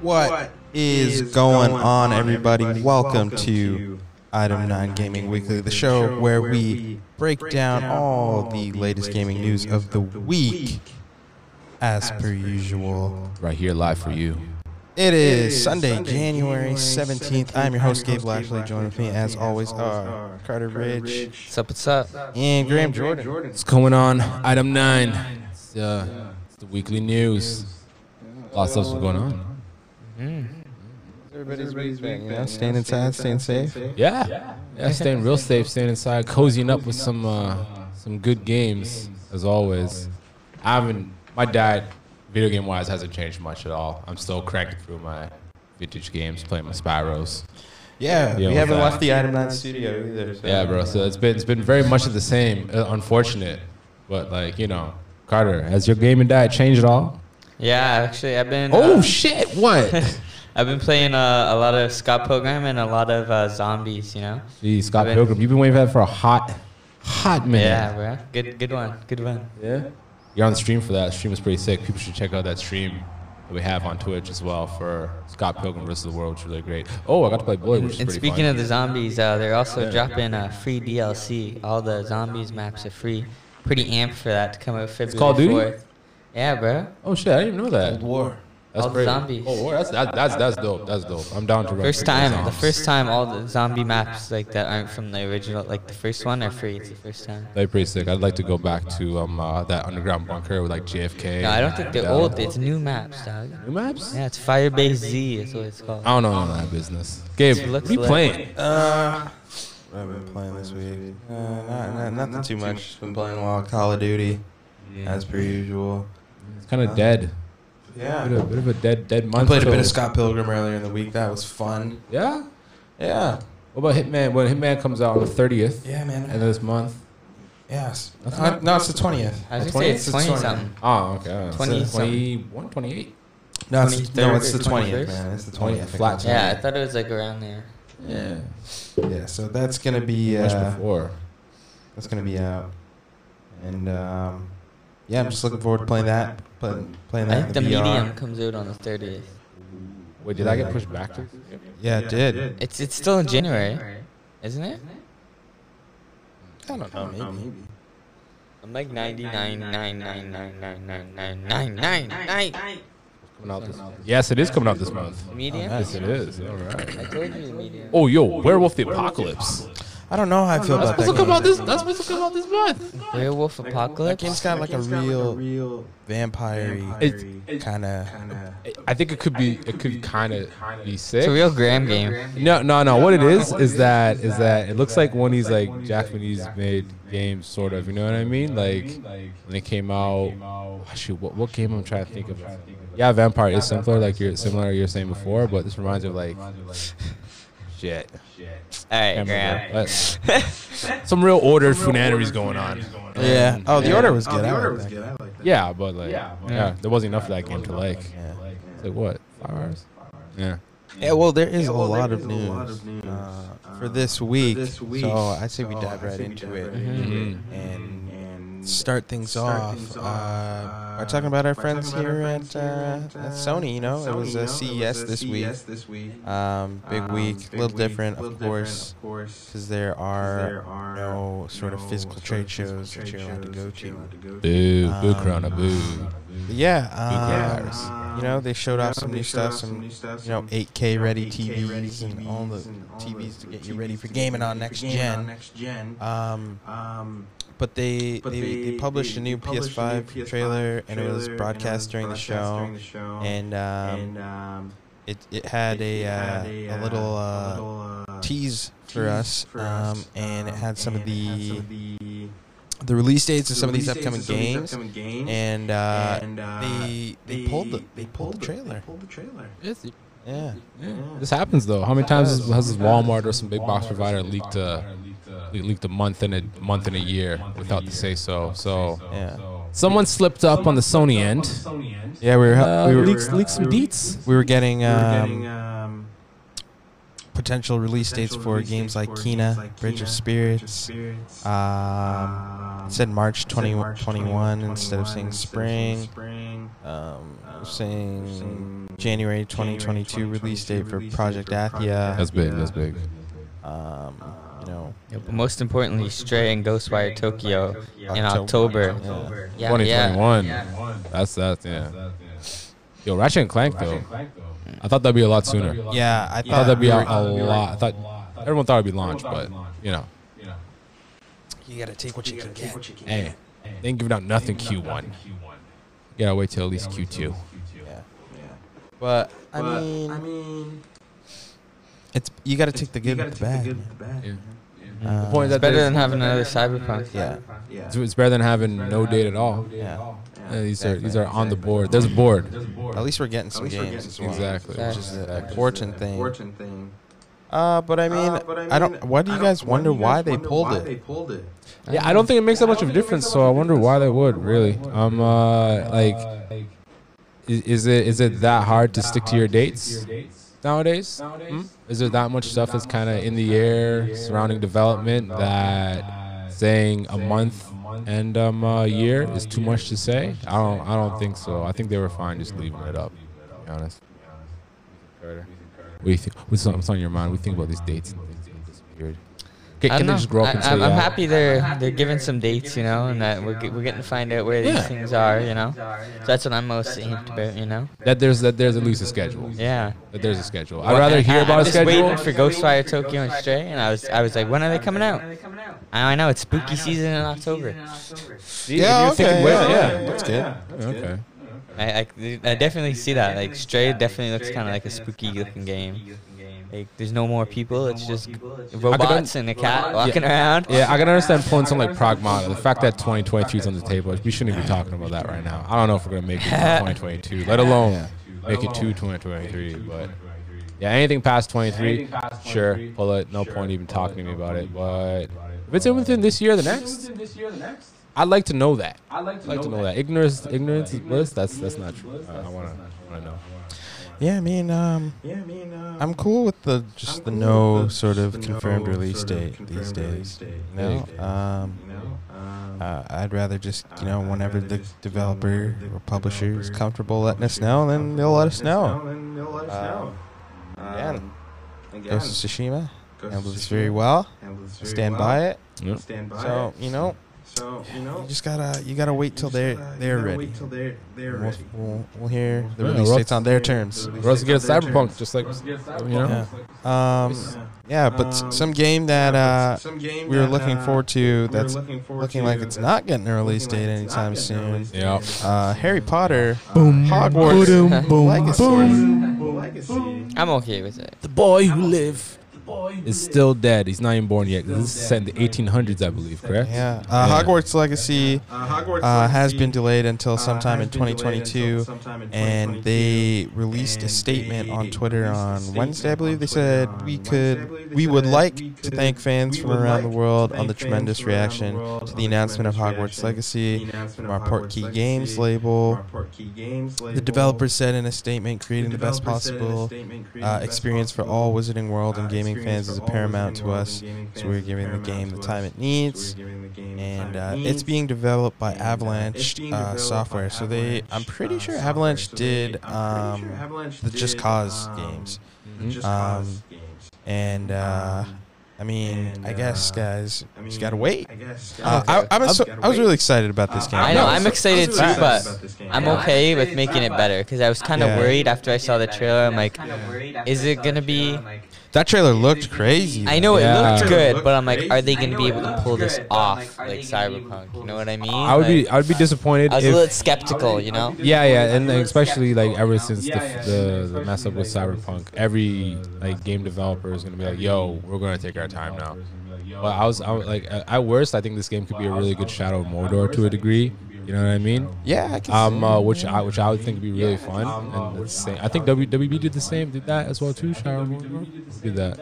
What is going on, everybody? Welcome to Item 9 Gaming Weekly, the show where we break down all the latest gaming news of the week as per usual. right here live for you. It It is Sunday, January 17th. I'm your host, Gabe Lashley. Joined with me, as always, are Carter Ridge What's up? What's up? and Graham Jordan. What's going on? Item nine. It's, uh, it's the weekly news. Lots of stuff going on. Everybody's you know, staying inside, staying safe. Yeah. yeah, Staying real safe, staying inside, cozying up with some uh, some good games as always. I haven't. My diet, video game wise, hasn't changed much at all. I'm still cracking through my vintage games, playing my Spyros. Yeah, Yeah, we what's haven't that? left the Item 9 studio either. so- Yeah, bro. So it's been it's been very much of the same. Uh, unfortunate, but like you know, Carter, has your gaming diet changed at all? Yeah, actually, I've been. Oh uh, shit! What? I've been playing uh, a lot of Scott Pilgrim and a lot of uh, zombies. You know. Jeez, Scott I've been- Pilgrim, you've been waiting for that for a hot, hot Yeah, minute. bro. Good, good one. Good one. Yeah. You're on stream for that. Stream is pretty sick. People should check out that stream that we have on Twitch as well for Scott Pilgrim versus the World. It's really great. Oh, I got to play Bullet, which is And pretty speaking of the zombies, uh, they're also dropping uh, free DLC. All the zombies maps are free. Pretty amped for that to come out February Call of Duty? 4th. Yeah, bro. oh shit, I didn't even know that. War. That's All the pretty. zombies. Oh, war, that's that, that's that's dope. That's dope. I'm down to run. First through time, the zombies. first time all the zombie maps like that aren't from the original, like the first one are free. It's the first time. They're pretty sick. I'd like to go back to um uh, that underground bunker with like JFK. No, I don't and think they're that. old. It's new maps, dog. New maps? Yeah, it's Firebase Z is what it's called. I don't know none of that business. Gabe, It what looks are you like- playing? Uh, I've been playing this week. Uh, not, not, nothing too much. Just been playing a lot of Call of Duty, as per usual. It's kind of dead. Bit Yeah. of, bit of a dead dead I month. played a bit so- of Scott Pilgrim earlier in the week. That was fun. Yeah. Yeah. What about Hitman? When Hitman comes out on the thirtieth Yeah, of man. this month. Yes. That's Uh, not- no, it's the 20th. I was The gonna say 20th? it's the 20 20th. something. Oh, okay. 20 something. 21, 28. No, it's, no, 23rd, it's the 20th, 21st. man. It's the 20th, 20th. flat Flat. Yeah, I thought it was like around there. Yeah. Oh, Yeah, so that's going to be Much uh, before. that's going to be out. And um, yeah, I'm just looking forward to playing that. Playing, playing I that. think the in VR. medium comes out on the 30th. Wait, did I get pushed back to? Yeah, it did. It's it's still in January, isn't it? I don't know, Um, maybe. I'm like 99.999999999. Coming out this Yes, it is coming out this month. Medium. Yes, it is. All right. I told you the medium. Oh, yo, Werewolf the Apocalypse. I don't know how I feel about that. What's game. come out this? That's supposed to come out this month. Werewolf That game's Apocalypse. got like a real real vampire It's- kind of. I think it could be. It could kind of be It's a sick. real Graham game. No, no, no. What it is is that is that it looks like one of these like Japanese-made games, sort of. You know what I mean? Like when they came out. Oh, shoot, what, what game I'm trying to think of? Yeah, Vampire is simpler, like you're similar you were saying before, but this reminds me of like shit. All right, Can't remember. Graham. But- Some real ordered funanities going on. Yeah. Oh, the order was good. I like that. I like that. Yeah, but like, yeah, there wasn't enough of that game to like. It's Like what? Five hours? Yeah. Yeah, well, there is Yeah, a well, there lot is of a news, lot of news, uh, uh, for this week. this week. So I say we So dive I right say we into dive it right into Mhm. it. And, and start things start off. things uh, off, by uh, talking about our by friends talking about here our at, friends uh, here at at, Sony. You know, it Sony, was you know, a CES this week. CES this week. Um, big E Um, week, a little week, different, little of course, of course, because there are there are no sort of no physical sort of trade physical shows that trade you're allowed to shows go that you're to. allowed Boo, boo, go to. Um, Corona, boo. Yeah, Coronavirus. um, um, you know, they showed yeah, off some they new showed stuff, off some new stuff, you know, some 8K ready 8K ready TVs and all the and all TVs to the get you ready TVs for to get you gaming on ready for next gaming on gen. Next gen. Um, Um, but they but they, they published a new published PS5 trailer, and it was trailer, broadcast during the broadcast show, during the show, and um, and, um, it it had it- a it uh, had a uh, little uh, little, uh, tease for tease us, um, and it um, had some of and it had some the of the the release dates of some of release these dates upcoming some of these games, upcoming games, and uh, and, uh, they they pulled the they pulled the They trailer. pulled the trailer. Yeah, This happens though. How many times has, has this Walmart or some big box provider leaked a le- leaked a month and a month and a year without the say so? So yeah, someone slipped up on the Sony end. yeah. We were Uh, we were leaked, leaked some deets. we were getting We were um, getting, um, potential release dates for games like Kena, Bridge of Spirits. Um, it said March 2021 instead of saying spring. Um, saying January 2022 release date for Project Athia. That's big. That's big. Um, you know, Yeah, but most importantly, Stray and Ghostwire Tokyo in October. October. Yeah. Yeah, 2021. yeah. That's that's yeah. Yo, Ratchet and Clank though. I thought that'd be a lot sooner. I thought Yeah, I thought that'd be we a, were- a lot. I thought everyone thought it'd be launched, but you know, You gotta take what you can get. hey, they ain't giving out nothing Q1. Yeah, wait till at least Q2. Yeah. But I mean, it's you gotta take the good with the bad. Yeah. Um, The point is It's that better there's- than having another Cyberpunk. yeah, it's, it's better than having no date at all. yeah. Uh, these are these are on the board. There's a board. At least we're getting some games. as well, Exactly. Which is an important thing. Fortune thing. Uh, but I mean, I don't. Why do you guys wonder why they pulled They it? pulled it. Yeah, I don't think it makes that much of a difference. So I wonder why they would really. Um, uh, like, is, is it is it that hard to stick to your dates nowadays? Hmm? Is there that much stuff that's kind of in the air surrounding development that saying a month and um a year is too much to say? I don't I don't think so. I think they were fine just leaving it up. To be honest. What do you think? What's on, what's on your mind? We think about these dates and things in this period. Can, I can don't they know. just grow up uh, I, and say, I'm, I'm yeah? happy they're they're giving some dates, you know, and that we're, ge- we're getting to find out where these Yeah. things are, you know. So that's what I'm most amped about, you know. that there's that there's at least a schedule. Yeah. That there's a schedule. I'd rather hear I, about I'm a just schedule. waiting for Ghostwire Tokyo and Stray, and I was I was like, when are they coming Oh. out? I I know it's spooky season in October. You're thinking wait, That's good. Okay. I, I, I definitely see that. Like Stray definitely looks kind of like a spooky looking game. Like there's no more people. It's just robots and a cat walking around. Yeah, I can understand pulling something like Pragmata. The fact that 2022 is on the table, we shouldn't even be talking about that right now. I don't know if we're gonna make it to 2022, let alone make it to 2023. But yeah, anything past 23, sure, pull it. No point even talking to me about it. But if it's within this year, or the next, I'd like to know that. I'd like to, know, that. Ignorance, ignorance is bliss. That's that's not true. Uh, I wanna, I wanna know. Yeah, I mean, um, Yeah, I mean, uh, I'm cool with the just the cool no with the- sort just of the no confirmed sort of release date confirmed these release days. date You know, these um, you know, um, uh, I'd rather just you know I'd whenever rather the just, you know, developer whenever the or publisher is developer comfortable letting us know, then they'll let us know. And they'll let us know. again, Um, again, Ghost of Tsushima Ghost of handles this Tsushima very well. handles I very stand well. by it. Yep. Stand by So it. you know, So, you know, you just gotta you gotta wait till just they're gotta- you they're gotta ready. Wait till they're, they're We'll, ready. we'll, we'll hear the Yeah, release rough- dates on their terms. Or else get a cyberpunk, just like you Yeah. know. Um, yeah, but s- Um, some game that uh, Uh, Some game we were that, looking uh, forward to we were that's looking forward looking to like it's that's not getting a release looking date like it's not anytime getting a soon. release date Yeah. Uh, Harry Potter, Hogwarts Legacy. Well, Legacy. I'm okay with it. The boy who lived is still dead. He's not even born yet. 'cause This is set in the 1800s, I believe, correct? Yeah, uh, Yeah. Hogwarts Legacy Uh, Hogwarts uh, has Legacy, been delayed uh, until sometime has in been delayed until 2022, sometime in and 2022. they released a And statement they on Twitter released a on statement Wednesday, I on believe. They Twitter said on we Wednesday, I could, believe they we would said, like "We to could- thank fans we from would around like the to world on thank the fans tremendous from around the reaction world on to the the announcement of tremendous Hogwarts reaction Legacy the announcement from of our Hogwarts Portkey Legacy Games from label. our Portkey Games label. The developer said in a statement, creating the, best developer said in a possible statement, creating uh, the best experience for possible, all Wizarding World uh, and gaming experience fans is for all paramount Wizarding to World us, and gaming so fans we're is giving the paramount game to the us, time it so needs. we're giving the game the and time uh, it it's needs. being developed by And, uh, it's Avalanche being uh, developed by software. So they, I'm pretty uh, sure software. Avalanche So they- did I'm pretty um, sure Avalanche the Just did, Cause um, games, the Mm-hmm. Just Um, Cause games. and uh, um, I mean, and, I guess uh, guys, I just mean, gotta wait. I guess. Uh, Okay. I, I'm a, I've so, gotta I was wait. really excited about this game. Uh, I know, I'm so- excited I'm too, really but excited about this game. I'm Yeah. okay with making it better because I was kind of Yeah. worried after I saw the trailer. I'm like, is it gonna be? That trailer looked crazy. I know Yeah. it looked Looked good, but I'm like, crazy. are they I gonna know be it able to looked pull this good, but I'm like, off are like they gonna be able to Cyberpunk? pull You know this what I mean? I would be Like, I would be disappointed I was a if little skeptical, you know. yeah yeah and like, especially like ever since the the, the mess up with cyberpunk every like game developer is gonna be like yo we're gonna take our time now but I was, I was like at at worst I think this game could be a really good Shadow of Mordor to a degree You know what I mean? Yeah, I can Um, see. uh, which I which I would think would be really fun. and the same, I think WWB did the same, did that as well too. Shout out Mordor. Did that?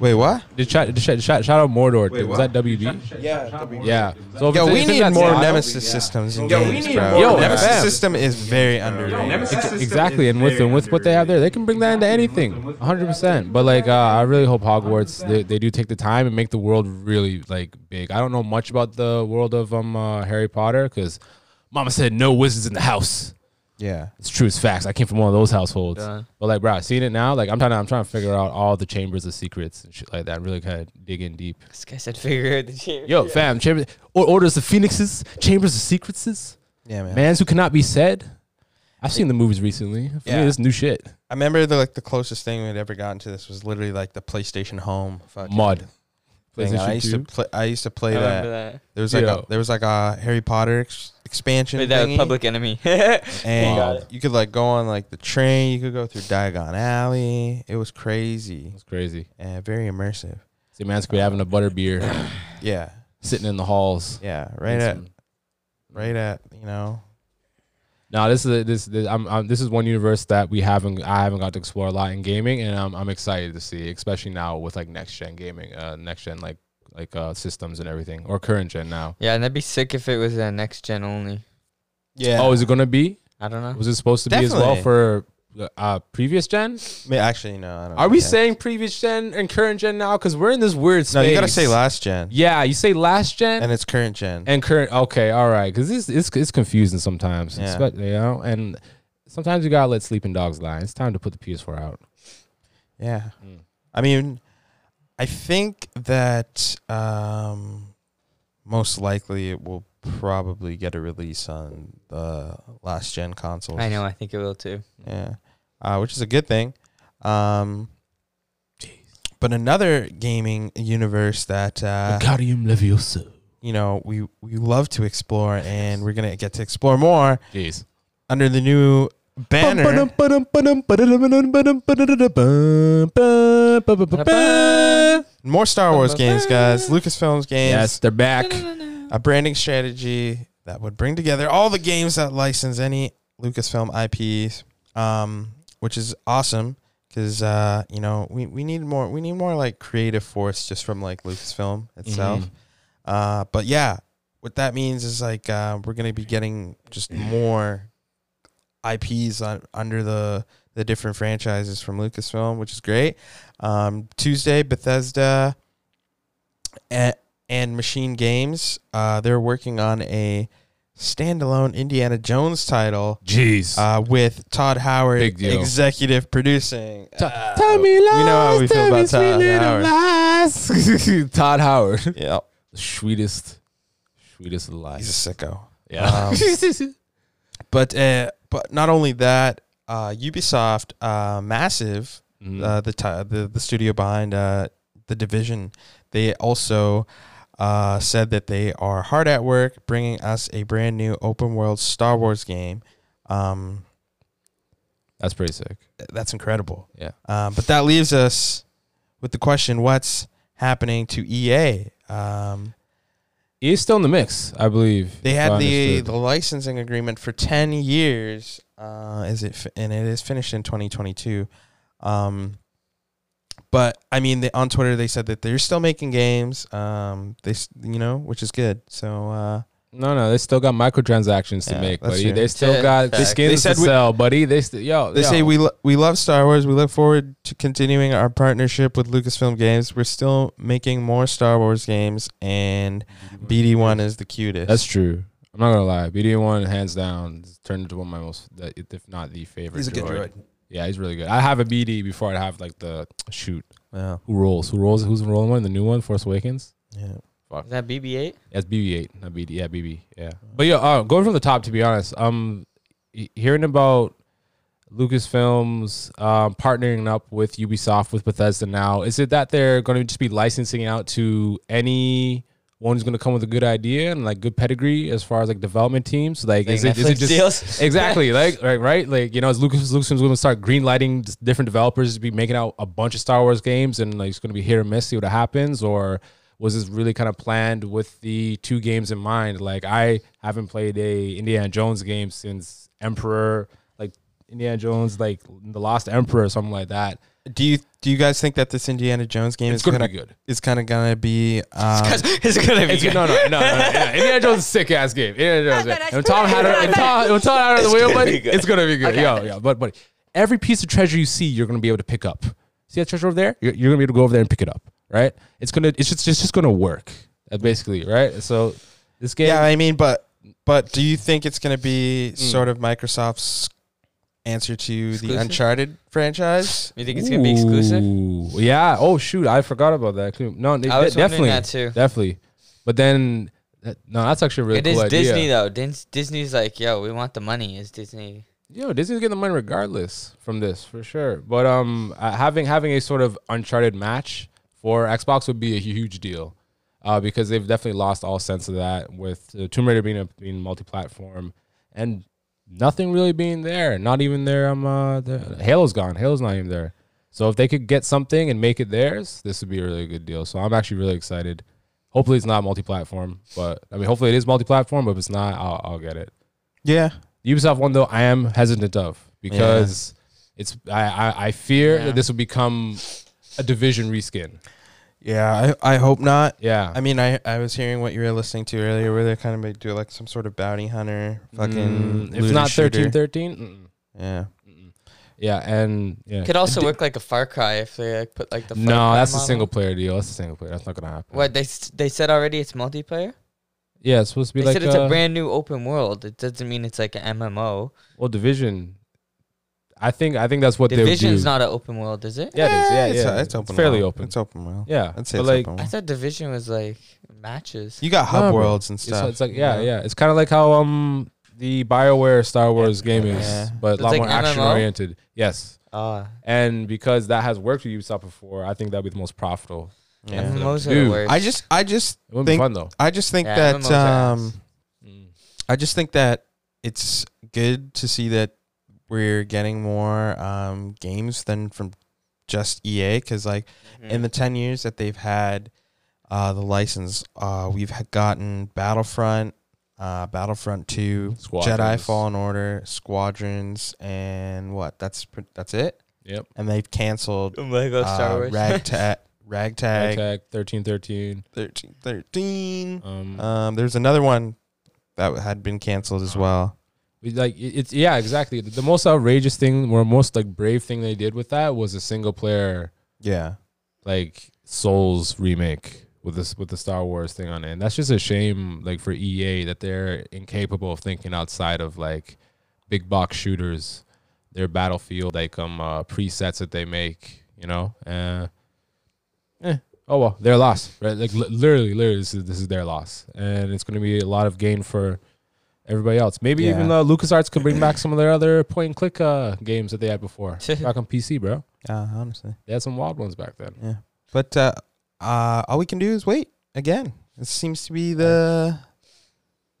Wait, what? Did shout, shout, shout, shout out Mordor? did- was that what? WB? Yeah. Yeah. So if Yo, it's- we if it's need that more style- Nemesis systems in Yo, we games, need bro. more Yo, Nemesis fam. system is very underrated. Nemesis system Exactly, is and with very and with what they have there, they can bring that into anything, 100. percent But like, uh, I really hope Hogwarts they, they do take the time and make the world really like big. I don't know much about the world of um uh, Harry Potter because Mama said no wizards in the house. Yeah. It's true, it's facts. I came from one of those households. Yeah. But like, bro, seeing it now, like I'm trying to I'm trying to figure out all the chambers of secrets and shit like that. Really kind of dig in deep. This guy said figure out the chair. Yo, fam, chambers or orders of phoenixes, chambers of secretses, Yeah, man. mans who cannot be said. I've seen the movies recently. For Yeah. me, this is new shit. I remember the like the closest thing we'd ever gotten to this was literally like the PlayStation Home fucking Mud. thing. I PlayStation used 2. to play. I used to play I that. remember that. There was like Yeah. a, there was like a Harry Potter ex- expansion Wait, that was thingy, Public Enemy. yeah, and Wow. you could like go on like the train. You could go through Diagon Alley. It was crazy It's crazy. and very immersive. See, man's could be having a butter beer, Yeah, sitting in the halls. yeah, right at right at you know. Now this is this this, I'm, I'm, this is one universe that we haven't I haven't got to explore a lot in gaming, and I'm I'm excited to see, especially now with like next gen gaming, uh, next gen like like uh systems and everything, or current gen now. and that'd be sick if it was uh, next gen only. Yeah. Oh, is it gonna be? I don't know. Was it supposed to be as well Definitely. for uh previous gen? I mean, actually no. I don't Are we think. saying previous gen and current gen now? Because we're in this weird space. no? You gotta say last gen Yeah, you say last gen, and it's current gen. And current, okay, all right, because it's, it's it's confusing sometimes, Yeah. Espe- you know. And sometimes you gotta let sleeping dogs lie. It's time to put the PS4 out. Yeah. Hmm. I mean, I think that um, most likely it will probably get a release on the last gen consoles. I know. I think it will too. Yeah. Uh, which is a good thing. Um, but another gaming universe that uh, Wingardium Leviosa. you know we we love to explore and we're gonna get to explore more Jeez. under the new banner. More Star Wars games, guys. Lucasfilms games. Yes, they're back. Mm-hmm. a branding strategy that would bring together all the games that license any Lucasfilm IPs, um, which is awesome because uh, you know we, we need more we need more like creative force just from like Lucasfilm itself. Mm-hmm. Uh, but yeah, what that means is like uh, we're gonna be getting just more IPs on, under the the different franchises from Lucasfilm, which is great. Um, Tuesday, Bethesda and, and Machine Games, uh, they're working on a standalone Indiana Jones title Jeez. uh, with Todd Howard Big deal. executive producing. Uh, tell me lies. we know how we feel tell me about sweet little lies. Todd Howard. Todd Howard. Yeah, The sweetest, sweetest of he's a um, lies. sicko. Yeah. But uh, but not only that, uh, Ubisoft, uh, massive, Mhm. uh, the, ti the the studio behind uh, the division, they also uh, said that they are hard at work bringing us a brand new open world Star Wars game. Um, That's pretty sick. that's incredible. Yeah. Um, but that leaves us with the question: What's happening to EA? Um, He's still in the mix, I believe. They if I had the, understood. the licensing agreement for ten years. Uh, is it fi- and it is finished in 2022. Um, but I mean, they, on Twitter they said that they're still making games. Um, they s- you know, which is good. So uh, No, no, they still got microtransactions to Yeah, make, that's buddy. true. They still Yeah, got facts. skins They said to we- sell, buddy. They still yo. they yo. say we lo- we love Star Wars. We look forward to continuing our partnership with Lucasfilm Games. We're still making more Star Wars games, and BD One is the cutest. that's true. I'm not gonna lie. BD one hands down has turned into one of my most, that- if not the favorite. He's a good droid. Yeah, he's really good. I have a BD before I have like the shoot. yeah. Who rolls? Who rolls? Who's rolling one? The new one, Force Awakens. yeah. Is that BB-8? That's BB8, not BD. Yeah, BB. Yeah. But yeah, uh, going from the top, to be honest, um, he- hearing about Lucasfilm's um, partnering up with Ubisoft with Bethesda now, is it that they're going to just be licensing out to any one who's going to come with a good idea and like good pedigree as far as like development teams? Like, Like is it is it Netflix just deals? exactly like right, right? Like you know, is Lucas Lucasfilm's going to start greenlighting just different developers to be making out a bunch of Star Wars games and like it's going to be hit or miss, see what happens, or was this really kind of planned with the two games in mind? Like I haven't played a Indiana Jones game since Emperor, like Indiana Jones, like the Lost Emperor or something like that. Do you do you guys think that this Indiana Jones game It's is gonna gonna, be good. It's kind of gonna be. Um, it's gonna be It's, no, no, no, no, no. Yeah, Indiana Jones is a sick ass game. Indiana Jones. No, no, no, When Tom had her, when Tom, when Tom had her on the wheel, buddy, it's gonna be good. Yo, yo, but buddy, every piece of treasure you see, you're gonna be able to pick up. See that treasure over there? You're, you're gonna be able to go over there and pick it up, right? It's gonna, it's just, it's just gonna work. That's basically it, right. So this game, yeah, I mean, but but do you think it's gonna be Mm. sort of Microsoft's answer to the Exclusive? Uncharted franchise? You think it's gonna be exclusive? Ooh, yeah. Oh shoot, I forgot about that. No, I was de- definitely wondering that too. Definitely. But then, that- no, that's actually a really It cool is idea. Disney though. Dis- Disney's like, yo, we want the money. Is Disney? Yo, Disney's getting the money regardless from this for sure. But um, uh, having having a sort of uncharted match for Xbox would be a huge deal, uh, because they've definitely lost all sense of that with uh, Tomb Raider being a, being multi-platform and nothing really being there. Not even there. Um, uh, the, Halo's gone. Halo's not even there. So if they could get something and make it theirs, this would be a really good deal. So I'm actually really excited. Hopefully it's not multi-platform, but I mean, hopefully it is multi-platform. But if it's not, I'll, I'll get it. Yeah, The Ubisoft one though, I am hesitant of because it's I I, I fear that this will become a division reskin. yeah. I I hope not. Yeah, I mean, I, I was hearing what you were listening to earlier, where they kind of make, do like some sort of bounty hunter, fucking. Mm, looter if not shooter. thirteen thirteen. Yeah. Yeah, and yeah. Could also work like a Far Cry if they like put like the. Far no, Cry that's a model. single player deal. That's a single player. That's not gonna happen. What they s- they said already? It's multiplayer. Yeah, it's supposed to be They like said it's a uh, brand new open world. It doesn't mean it's like an MMO. well division. I think I think that's what they would Division's do. not an open world, is it? yeah, it is. Yeah, it's, yeah. It's open. fairly world. open. It's open world. yeah, I'd say but it's like open I world. thought Division was like matches. You got hub No, bro. worlds and it's, stuff. it's like yeah, yeah. It's kind of like how um the Bioware Star Wars game is, Yeah. but It's a lot like more MMO? action oriented. Yes, Ah, And because that has worked with Ubisoft before, I think that'd be the most profitable. Yeah. MMOs are Dude, the worst. I just, I just It would be think, fun though. I just think Yeah, that, MMOs are ass. um, I just think that it's good to see that we're getting more um games than from just EA because like Mm. in the ten years that they've had uh the license, uh we've ha- gotten Battlefront, uh Battlefront Mm. Two, Jedi Squadrons. Fallen Order, Squadrons, and what? That's pr- that's it. Yep. And they've canceled Lego Oh Star uh, Wars. Ragtag, Ragtag, Attack thirteen thirteen. thirteen, thirteen. Um, Um, there's another one that had been canceled uh-huh. as well. we- like it- it's yeah, exactly. The, the most outrageous thing, or most like brave thing they did with that was a single player Yeah. like Souls remake with this with the Star Wars thing on it. And that's just a shame, like for EA that they're incapable of thinking outside of like big box shooters, their battlefield like um uh, presets that they make, you know. Uh, eh. Oh well, their loss, right? Like li- literally, literally, this is this is their loss, and it's going to be a lot of gain for everybody else. Maybe Yeah. even uh, LucasArts could bring back some of their other point and click uh, games that they had before back on PC, bro. Uh, honestly. They had some wild ones back then. Yeah. But uh, uh, all we can do is wait again. It seems to be the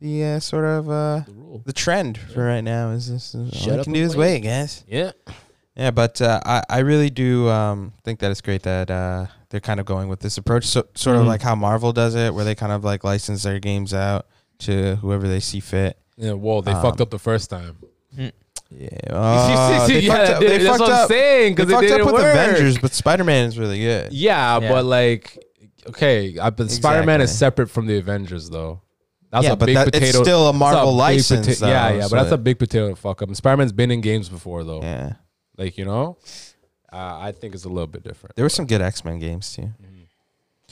the uh, sort of uh, The rule. the trend for right now. Is this is all Shut we up can and do is wait, wait. guys. Yeah. Yeah, but uh, I I really do um, think that it's great that uh, they're kind of going with this approach, so, sort of Mhm. like how Marvel does it, where they kind of like license their games out to whoever they see fit. Yeah, well, they fucked up the first time. Yeah, uh, Um, they fucked up. They fucked up. saying They fucked up with Avengers, but Spider Man is really good. Yeah, Yeah. but like, okay, I, but Spider-Man is Exactly. separate from the Avengers, though. That's yeah, a but big that, potato. it's still a that's a Marvel big license. pota- yeah, though, yeah, so but that's a it- big potato to fuck up. Spider-Man's been in games before, though. yeah. Like you know, uh, I think it's a little bit different. There were some good X Men games too, Mm-hmm.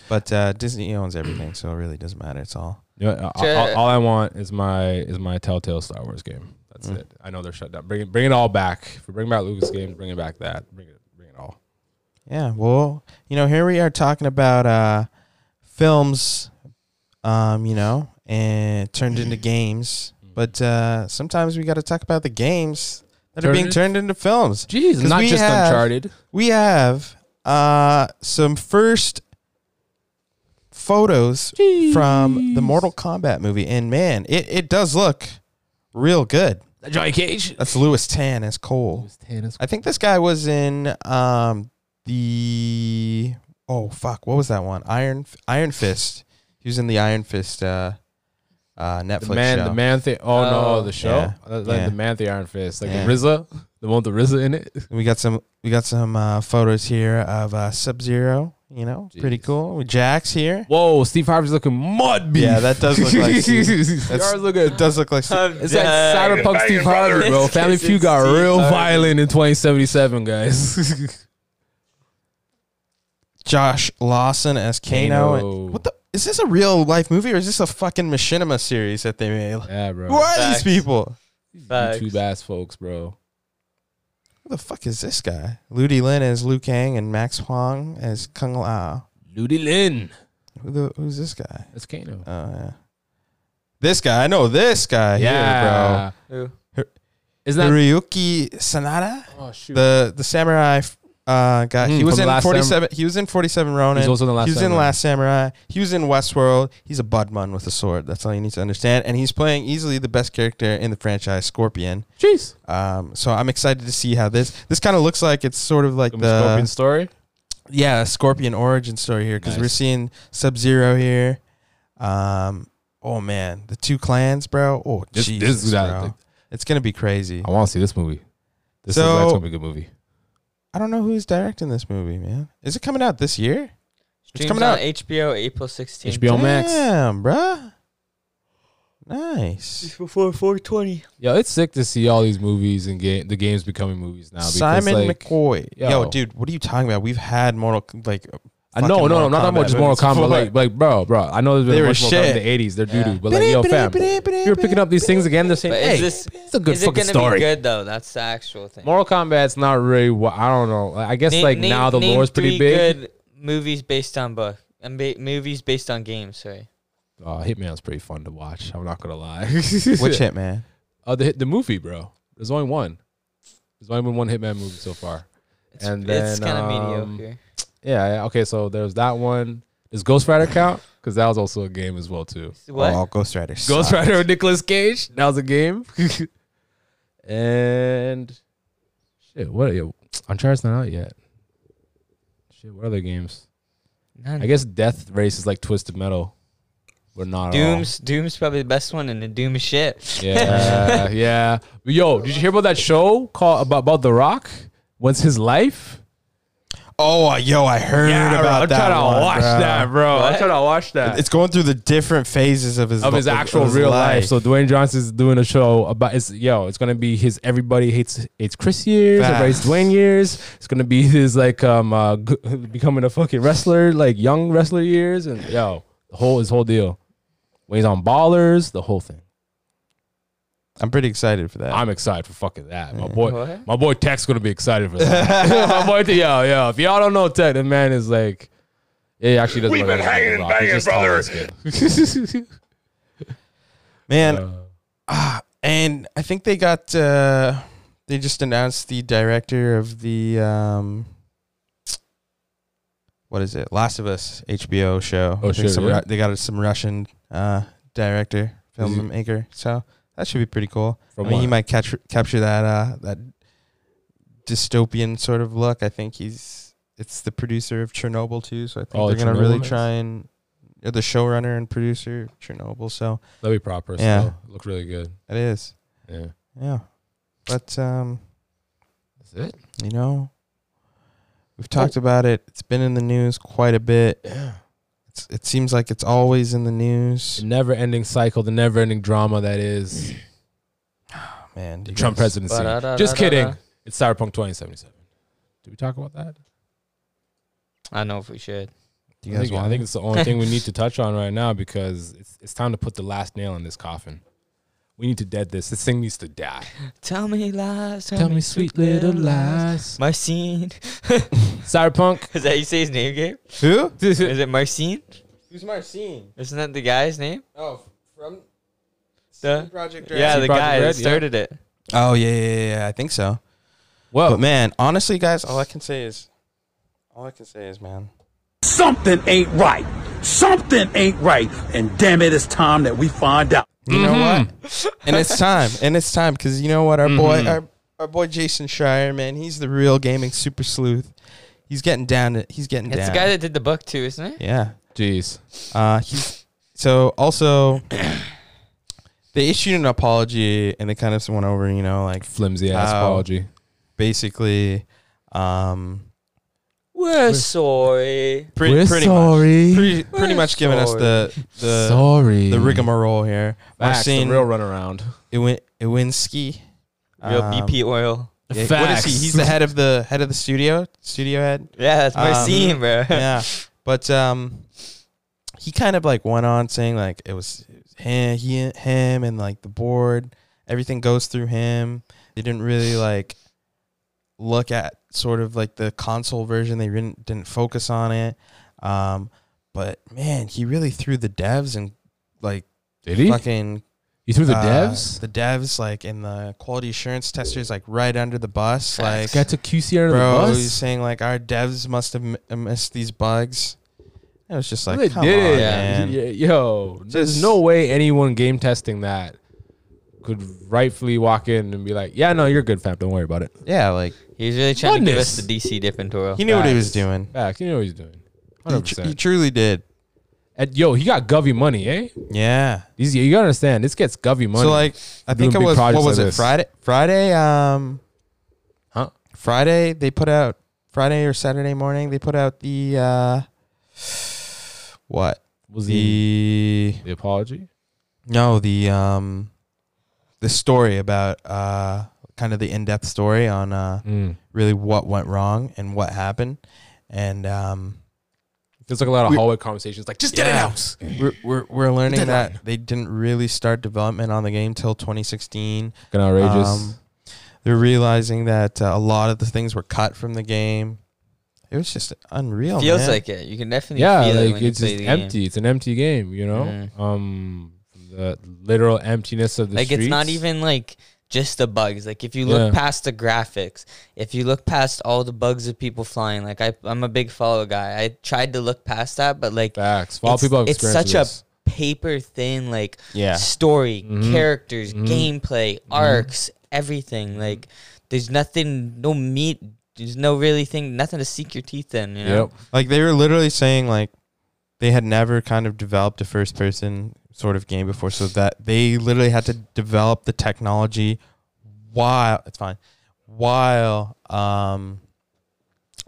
but uh, Disney owns everything, so it really doesn't matter. It's all. You know, I- I- all, all I want is my is my Telltale Star Wars game. That's Mm. it. I know they're shut down. Bring it, bring it all back. If we bring back Lucas games, bring it back that. Bring it, bring it all. Yeah, well, you know, here we are talking about uh, films, um, you know, and turned into games. Mm-hmm. But uh, sometimes we got to talk about the games that are Turned being in- turned into films. Jeez, 'Cause not we just have- Uncharted. we have uh, some first photos from the Mortal Kombat movie, and man, it, it does look real good. Johnny Cage. That's Louis Tan as Cole. I think this guy was in um, the oh fuck, what was that one? Iron Iron Fist. He was in the Iron Fist uh, uh, Netflix the man, show. the man thing. Oh, Oh. no, the show, Yeah. Uh, like Yeah. the man thing, Iron Fist, like Yeah. the RZA, the one with the RZA in it. We got some we got some uh, photos here of uh, Sub Zero. You know, pretty Jeez. cool. Jack's here. Whoa, Steve Harvey's looking mud beef. Yeah, that does look like Steve. Steve That's- Harvey's looking. It does look like It's like cyberpunk Steve Harvey, bro. It's Family Feud got Steve real Harvey. violent in 2077, guys. Josh Lawson as Kano. Kano. What the? Is this a real life movie or is this a fucking machinima series that they made? yeah, bro. Who are Facts. these people? Facts. YouTube ass folks, bro. Who the fuck is this guy? Ludi Lin as Liu Kang and Max Huang as Kung Lao. Ludi Lin. Who the, who's this guy? That's Kano. Oh yeah, this guy. I know this guy. yeah, Who? Isn't here, that? bro. Hiroyuki Sanada, Oh shoot. the the samurai uh, guy. Mm, he was from in Last forty seven. he was in forty seven Ronin. He's also in The Last he was in Samurai. Last Samurai. He was in Westworld. He's a budman with a sword. That's all you need to understand. And he's playing easily the best character in the franchise, Scorpion. Jeez. Um, so I'm excited to see how this this kind of looks like. It's sort of like The the Scorpion story. yeah, Scorpion origin story here because we're Nice. seeing Sub Zero here. Um, oh man, the two clans, bro. Oh This- this Jesus, is- bro. it's gonna be crazy. I want to see this movie. This So- is like, gonna be a good movie. I don't know who's directing this movie, man. Is it coming out this year? Streams coming out. on HBO April 16th. HBO Max. Damn, bruh. Nice. before 420. Yo, it's sick to see all these movies and game the games becoming movies now. Because, Simon like, McCoy. Yo. yo. dude, what are you talking about? We've had Mortal like I no, no, no, I'm not talking about just Mortal Kombat. Like, like, bro, bro. I know there's been They a were bunch of Mortal Kombat in shit. the '80s. They're Yeah. doo doo, but like, yo, fam, you're picking up these things again. They're saying, But hey, is this it's a good is it fucking gonna story. be good though? That's the actual thing. Mortal Kombat's not really. What, I don't know. I guess Name- like name- now the name lore's pretty three big. Good movies based on book and ba- movies based on games. Sorry. Uh, Hitman's pretty fun to watch. I'm not gonna lie. Which hit, man? Oh, the hit- the movie, bro. There's only one. There's only been one Hitman movie so far. It's, And it's then, kind of um, mediocre. Yeah. yeah, Okay. So there's that one. Does Ghost Rider count? Because that was also a game as well too. What? Oh, Ghost Rider. Ghost sucked. Rider with Nicolas Cage. That was a game. and shit, what are you? Uncharted's not out yet. Shit, what other games? None. I guess Death Race is like Twisted Metal, but not at all. Doom's Doom's probably the best one, and the Doom is shit. Yeah, yeah. But yo, did you hear about that show called about, about The Rock? What's his life? Oh, yo, I heard bro, about I'm that. trying to one, watch bruh. that, bro. I'm What? trying to watch that. It's going through the different phases of his of his actual real life. So Dwayne Johnson's doing a show about it's yo, it's gonna be his everybody hates hates Chris years, everybody hates Facts. Dwayne years. It's gonna be his like um uh, g- becoming a fucking wrestler, like young wrestler years, and yo, the whole his whole deal. When he's on ballers, the whole thing. I'm pretty excited for that. I'm excited for fucking that. My boy, What? my boy Tech's gonna be excited for that. my boy, Tech- yo, yo. If y'all don't know Tech, the man is like, yeah, he actually doesn't. We've look been like hanging a and rock. He's banging, just tall brother. as shit. Man, Uh, and I think they got uh they just announced the director of the um what is it? Last of Us HBO show. Oh, I think shit, some yeah. Ru- they got some Russian uh director, Is he- filmmaker. So that should be pretty cool. From I mean, he what? might catch, capture that uh that dystopian sort of look. I think he's it's the producer of Chernobyl too, so I think Oh, they're the going to really Chernobyl guys? try and they're the showrunner and producer of Chernobyl, so that'd be proper. Yeah. Yeah, look really good. it is. Yeah. Yeah. But um That's it. you know we've talked about it it's been in the news quite a bit Yeah. it's, it seems like it's always in the news The never ending cycle, the never ending drama that is Oh, man do the you Trump guys- presidency. Just kidding. It's Cyberpunk 2077. Did we talk about that? I don't know if we should. do you I, guys think, I want think it's the only thing we need to touch on right now because it's, it's time to put the last nail in this coffin. We need to dead this. This thing needs to die. Tell me lies. Tell, me sweet little lies. Marcine. Cyberpunk. Is that how you say his name, Gabe? it? who Is it Marcine? who's marcine Isn't that the guy's name? oh from The- project yeah, the Project guy Red, that yeah. started it. oh yeah, yeah yeah yeah i think so Well, Oh. but man honestly guys all i can say is all i can say is man Something ain't right. Something ain't right. And damn it, it's time that we find out. you know Mm-hmm. what and it's time and it's time because you know what our boy our, our boy jason schreier man he's the real gaming super sleuth He's getting down. To, he's getting It's down. the guy that did the book too, isn't it? yeah. Jeez. Uh, he's so also they issued an apology and they kind of went over, you know, like Flimsy ass Wow. apology. basically, um, We're sorry. pretty We're pretty sorry. much, pretty, pretty much giving us the the Sorry. the rigmarole here. Facts, the Marcin real runaround. Iwin- Iwinski. Real um, BP oil. yeah, What is he? He's the head of the head of the studio studio head. Yeah, that's my um, scene, bro. yeah. But um, he kind of like went on saying like it was him, he, him, and like the board. Everything goes through him. They didn't really like look at sort of like the console version. They didn't didn't focus on it. Um, but man, he really threw the devs and like Did he? fucking You threw the uh, devs? the devs, like and the quality assurance testers, like right under the bus. Like Got to QC out of bro, the bus? he's saying like our devs must have m- uh, missed these bugs. It was just like, they come did on, it. man. Y- Yo, there's Just- no way anyone game testing that could rightfully walk in and be like, yeah, no, you're good, fam. Don't worry about it. Yeah, like He was really trying to give us Goodness. the DC dipping tutorial. he knew what he was Facts. doing. Facts. You know what he's doing. He, tr- 100%. he truly did. And yo, he got Govy money, eh? Yeah. These, you gotta understand, this gets Govy money. So like, I Doing think it big was what projects was like it this. Friday? Friday, um, Huh? Friday they put out Friday or Saturday morning they put out the uh, what was the, the the apology? No, the um, the story about uh, kind of the in-depth story on uh, Mm. really what went wrong and what happened, and um, There's like a lot of We- hallway conversations, like just get it Yeah. out. we're we're, we're learning that they didn't really start development on the game till 2016. Fucking outrageous. Um, they're realizing that uh, a lot of the things were cut from the game. It was just unreal. Feels man. like it. You can definitely yeah, feel it like when you it's play just the game. empty. It's an empty game, you know. Mhm. Um, the literal emptiness of the like it's not streets. even like just the bugs like if you look Yeah. past the graphics if you look past all the bugs of people flying like I, i'm a big follow guy i tried to look past that but like facts. A lot of it's, people have it's experienced such this. a paper thin like Yeah. story Mhm. characters Mhm. gameplay arcs everything Mm-hmm. like there's nothing no meat there's no really thing nothing to sink your teeth in you know Yep. Like they were literally saying like they had never kind of developed a first person sort of game before, so that they literally had to develop the technology while it's fine while um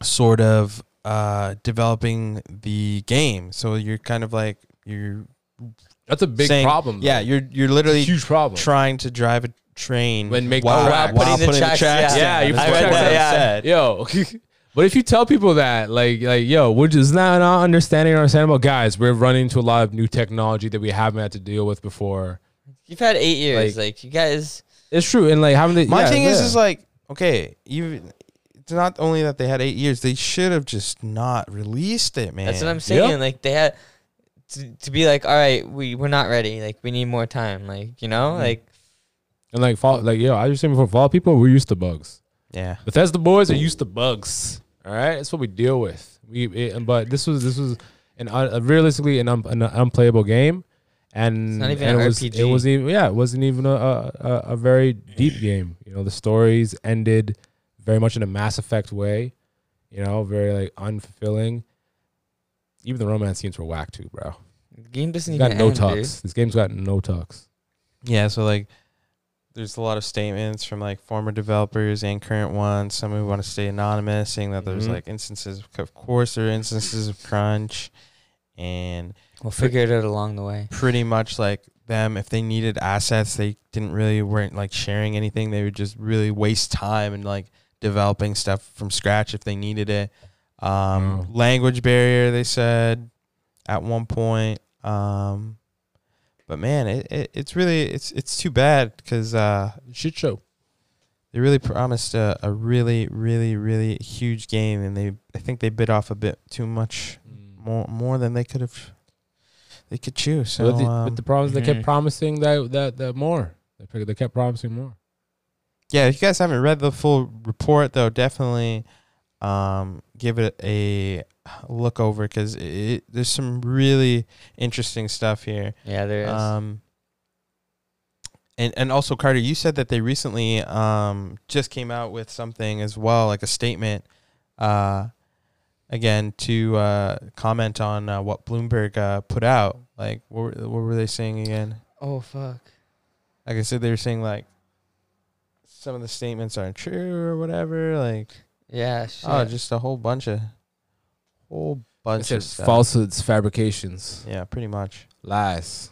sort of uh developing the game. So you're kind of like you're That's a big saying- problem. Yeah, though. you're you're literally It's a huge problem. trying to drive a train When make the while, tracks. while Putting the putting, the tracks, tracks, yeah. down. Yeah, you That's put what tracks Wes down. said. yo. But if you tell people that, like, like, yo, we're just not, not understanding or understandable, guys. We're running into a lot of new technology that we haven't had to deal with before. you've had eight years Like- like, you guys It's true, and like, having the My yeah, thing is, yeah. is like, okay, even it's not only that they had eight years; they should have just not released it, man. That's what I'm saying. Yep. Like they had to, to be like, all right, we we're not ready. Like we need more time. Like you know, Mm-hmm. like and like, fall, like, yo, I was just saying before, fall people, we're used to bugs. Yeah, Bethesda boys are used to bugs. All right, that's what we deal with. We it, but this was this was an uh, realistically an, un, an unplayable game, and not even and an it was RPG. it was even yeah it wasn't even a, a a- a very deep game. You know the stories ended very much in a Mass Effect way. You know very like unfulfilling. Even the romance scenes were whack too, bro. the game doesn't It's even got no end, dude. tucks. This game's got no tucks. yeah. So like, there's a lot of statements from like former developers and current ones. Some who want to stay anonymous, saying that there's Mhm. like instances. Of, of course, there are instances of crunch, and We'll figure it out along the way. pretty much like them if they needed assets they didn't really weren't like sharing anything they would just really waste time and like developing stuff from scratch if they needed it um Wow. language barrier they said at one point um but man it, it it's really it's it's too bad because uh Shit show. they really promised a, a really really really huge game and they i think they bit off a bit too much more more than they could have they could chew so with, the, um, with the problems, they mhm. kept promising that that that more. They pick- they kept promising more. yeah, if you guys haven't read the full report, though, definitely um, give it a look over because there's some really interesting stuff here. Yeah, there is. Um, and and also Carter, you said that they recently um, just came out with something as well, like a statement. Uh, again to uh, comment on uh, what Bloomberg uh, put out. Like, what were, what were they saying again? Oh fuck. Like I said, they were saying like some of the statements aren't true or whatever. Like, Yeah. Shit. oh, just a whole bunch of whole bunch of uh, stuff. falsehoods, fabrications, Yeah, pretty much. lies.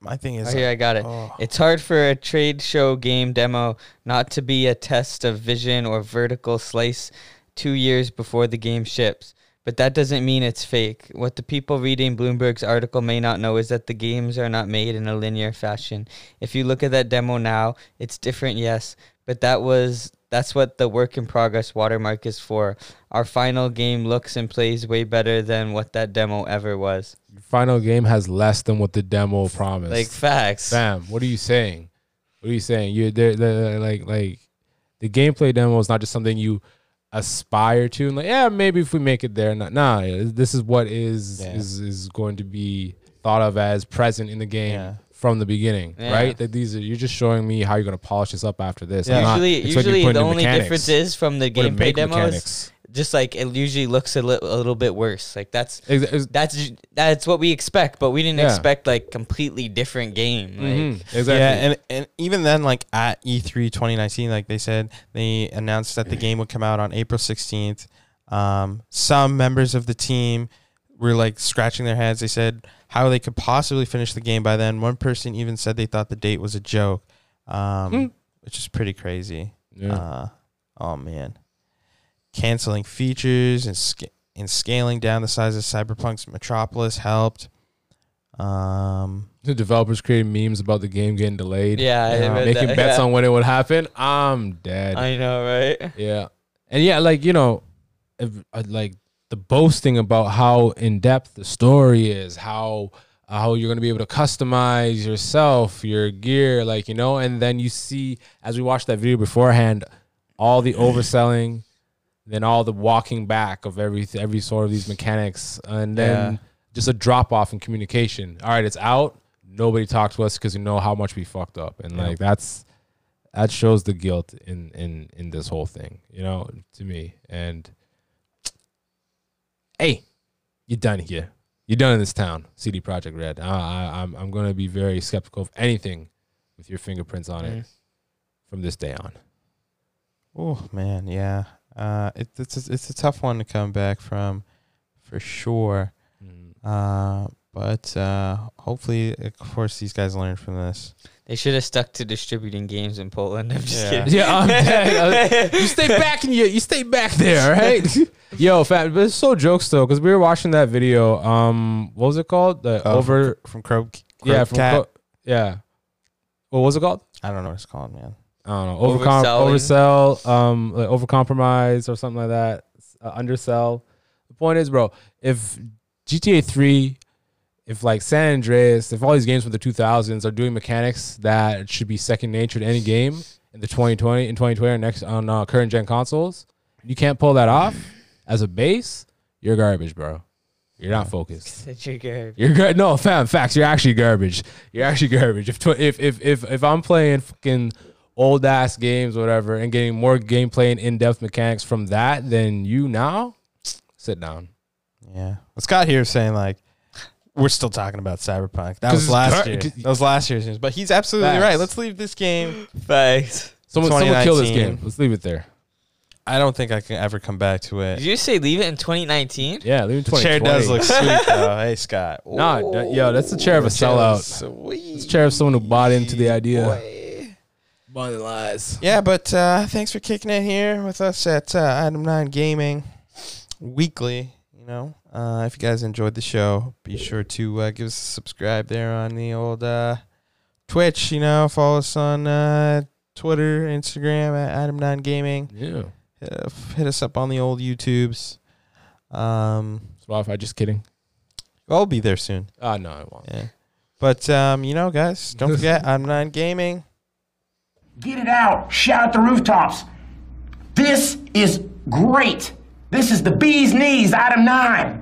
My thing Oh, is, here I got it. oh, It's hard for a trade show game demo not to be a test of vision or vertical slice two years before the game ships. But that doesn't mean it's fake. What the people reading Bloomberg's article may not know is that the games are not made in a linear fashion. If you look at that demo now, it's different, yes, but that was that's what the work in progress watermark is for. Our final game looks and plays way better than what that demo ever was. Final game has less than what the demo promised. Like facts. Bam. What are you saying? What are you saying? You're there, there- like, like the gameplay demo is not just something you aspire to and like, yeah, maybe if we make it there. Not, nah, this is what is Yeah. is is going to be thought of as present in the game Yeah. from the beginning, Yeah. right? That these are you're just showing me how you're gonna polish this up after this. Yeah. I'm not Usually, expecting you to usually put the in new only mechanics. difference is from the Put in gameplay make demos, mechanics. just like it usually looks a, li- a little bit worse. Like that's Ex- ex- that's ju- that's what we expect, but we didn't Yeah. expect like completely different game. Like, Mhm, exactly. Yeah, and, and even then, like at E E3 2019, like they said, they announced that the game would come out on April 16th. Um, some members of the team were like scratching their heads. They said how they could possibly finish the game by then. One person even said they thought the date was a joke, um, which is pretty crazy. Hmm. Yeah. Uh, oh man, canceling features and sca- and scaling down the size of Cyberpunk's Metropolis helped. Um, the developers created memes about the game getting delayed. Yeah, I read making that, bets yeah. on when it would happen. I'm dead. I know, right? Yeah, and yeah, like you know, if, uh, like the boasting about how in depth the story is, how how you're gonna be able to customize yourself, your gear, like you know, and then you see as we watched that video beforehand, all the overselling, then all the walking back of every every sort of these mechanics, and then Yeah. just a drop off in communication. All right, it's out. Nobody talked to us because we know how much we fucked up, and like that's that shows the guilt in in in this whole thing you know to me and hey you're done here you're done in this town cd project red I, I, i'm i'm going to be very skeptical of anything with your fingerprints on it from this day on Oh man, yeah. Uh, it, it's a, it's a tough one to come back from, for sure. Mm. Uh, but uh, hopefully, of course, these guys learn from this. They should have stuck to distributing games in Poland. I'm just Yeah. kidding. yeah i'm dead. Uh, you stay back in your, you stay back there right yo fat but it's so jokes though because we were watching that video um what was it called the Uh, over from, Cro- from Crow, Oh. yeah, from Cat. Co- yeah. What was it called? I don't know what it's called, man. I don't know. Overcom- oversell, um, like overcompromise or something like that. Uh, undersell. The point is, bro, if GTA Three, if like San Andreas, if all these games from the 2000s are doing mechanics that should be second nature to any game in the 2020 in 2020 or next on uh, current gen consoles, you can't pull that off as a base. You're garbage, bro. You're not focused. Such a good- You're good. No, fam, facts. You're actually garbage. You're actually garbage. If tw- if if if if I'm playing fucking old ass games, or whatever, and getting more gameplay and in depth mechanics from that than you now, sit down. Yeah. Well, Scott here is saying like, we're still talking about Cyberpunk. That 'Cause was it's last gar- year. just- That was last year's news. But he's absolutely Facts. right. Let's leave this game. Thanks. Someone someone kill this 2019. game. Let's leave it there. I don't think I can ever come back to Did it. you say leave it in 2019? Yeah, leave it. The chair 2020. does look sweet though. Hey Scott. Nah, that- yo, that's the chair of a Chair looks sellout. Sweet. It's the chair of someone who bought into the idea. Boy. Bought the lies. Yeah, but uh, thanks for kicking it here with us at uh, Item Nine Gaming Weekly. You know, uh, if you guys enjoyed the show, be sure to uh, give us a subscribe there on the old uh, Twitch. You know, follow us on uh, Twitter, Instagram at Item Nine Gaming. Yeah. Uh, f- hit us up on the old YouTubes. Um, Spotify. Just kidding. I'll be there soon. Ah, no, I won't. Yeah, but um, you know, guys, don't forget Item Nine Gaming. Get it out. Shout the rooftops. This is great. This is the bee's knees, item nine.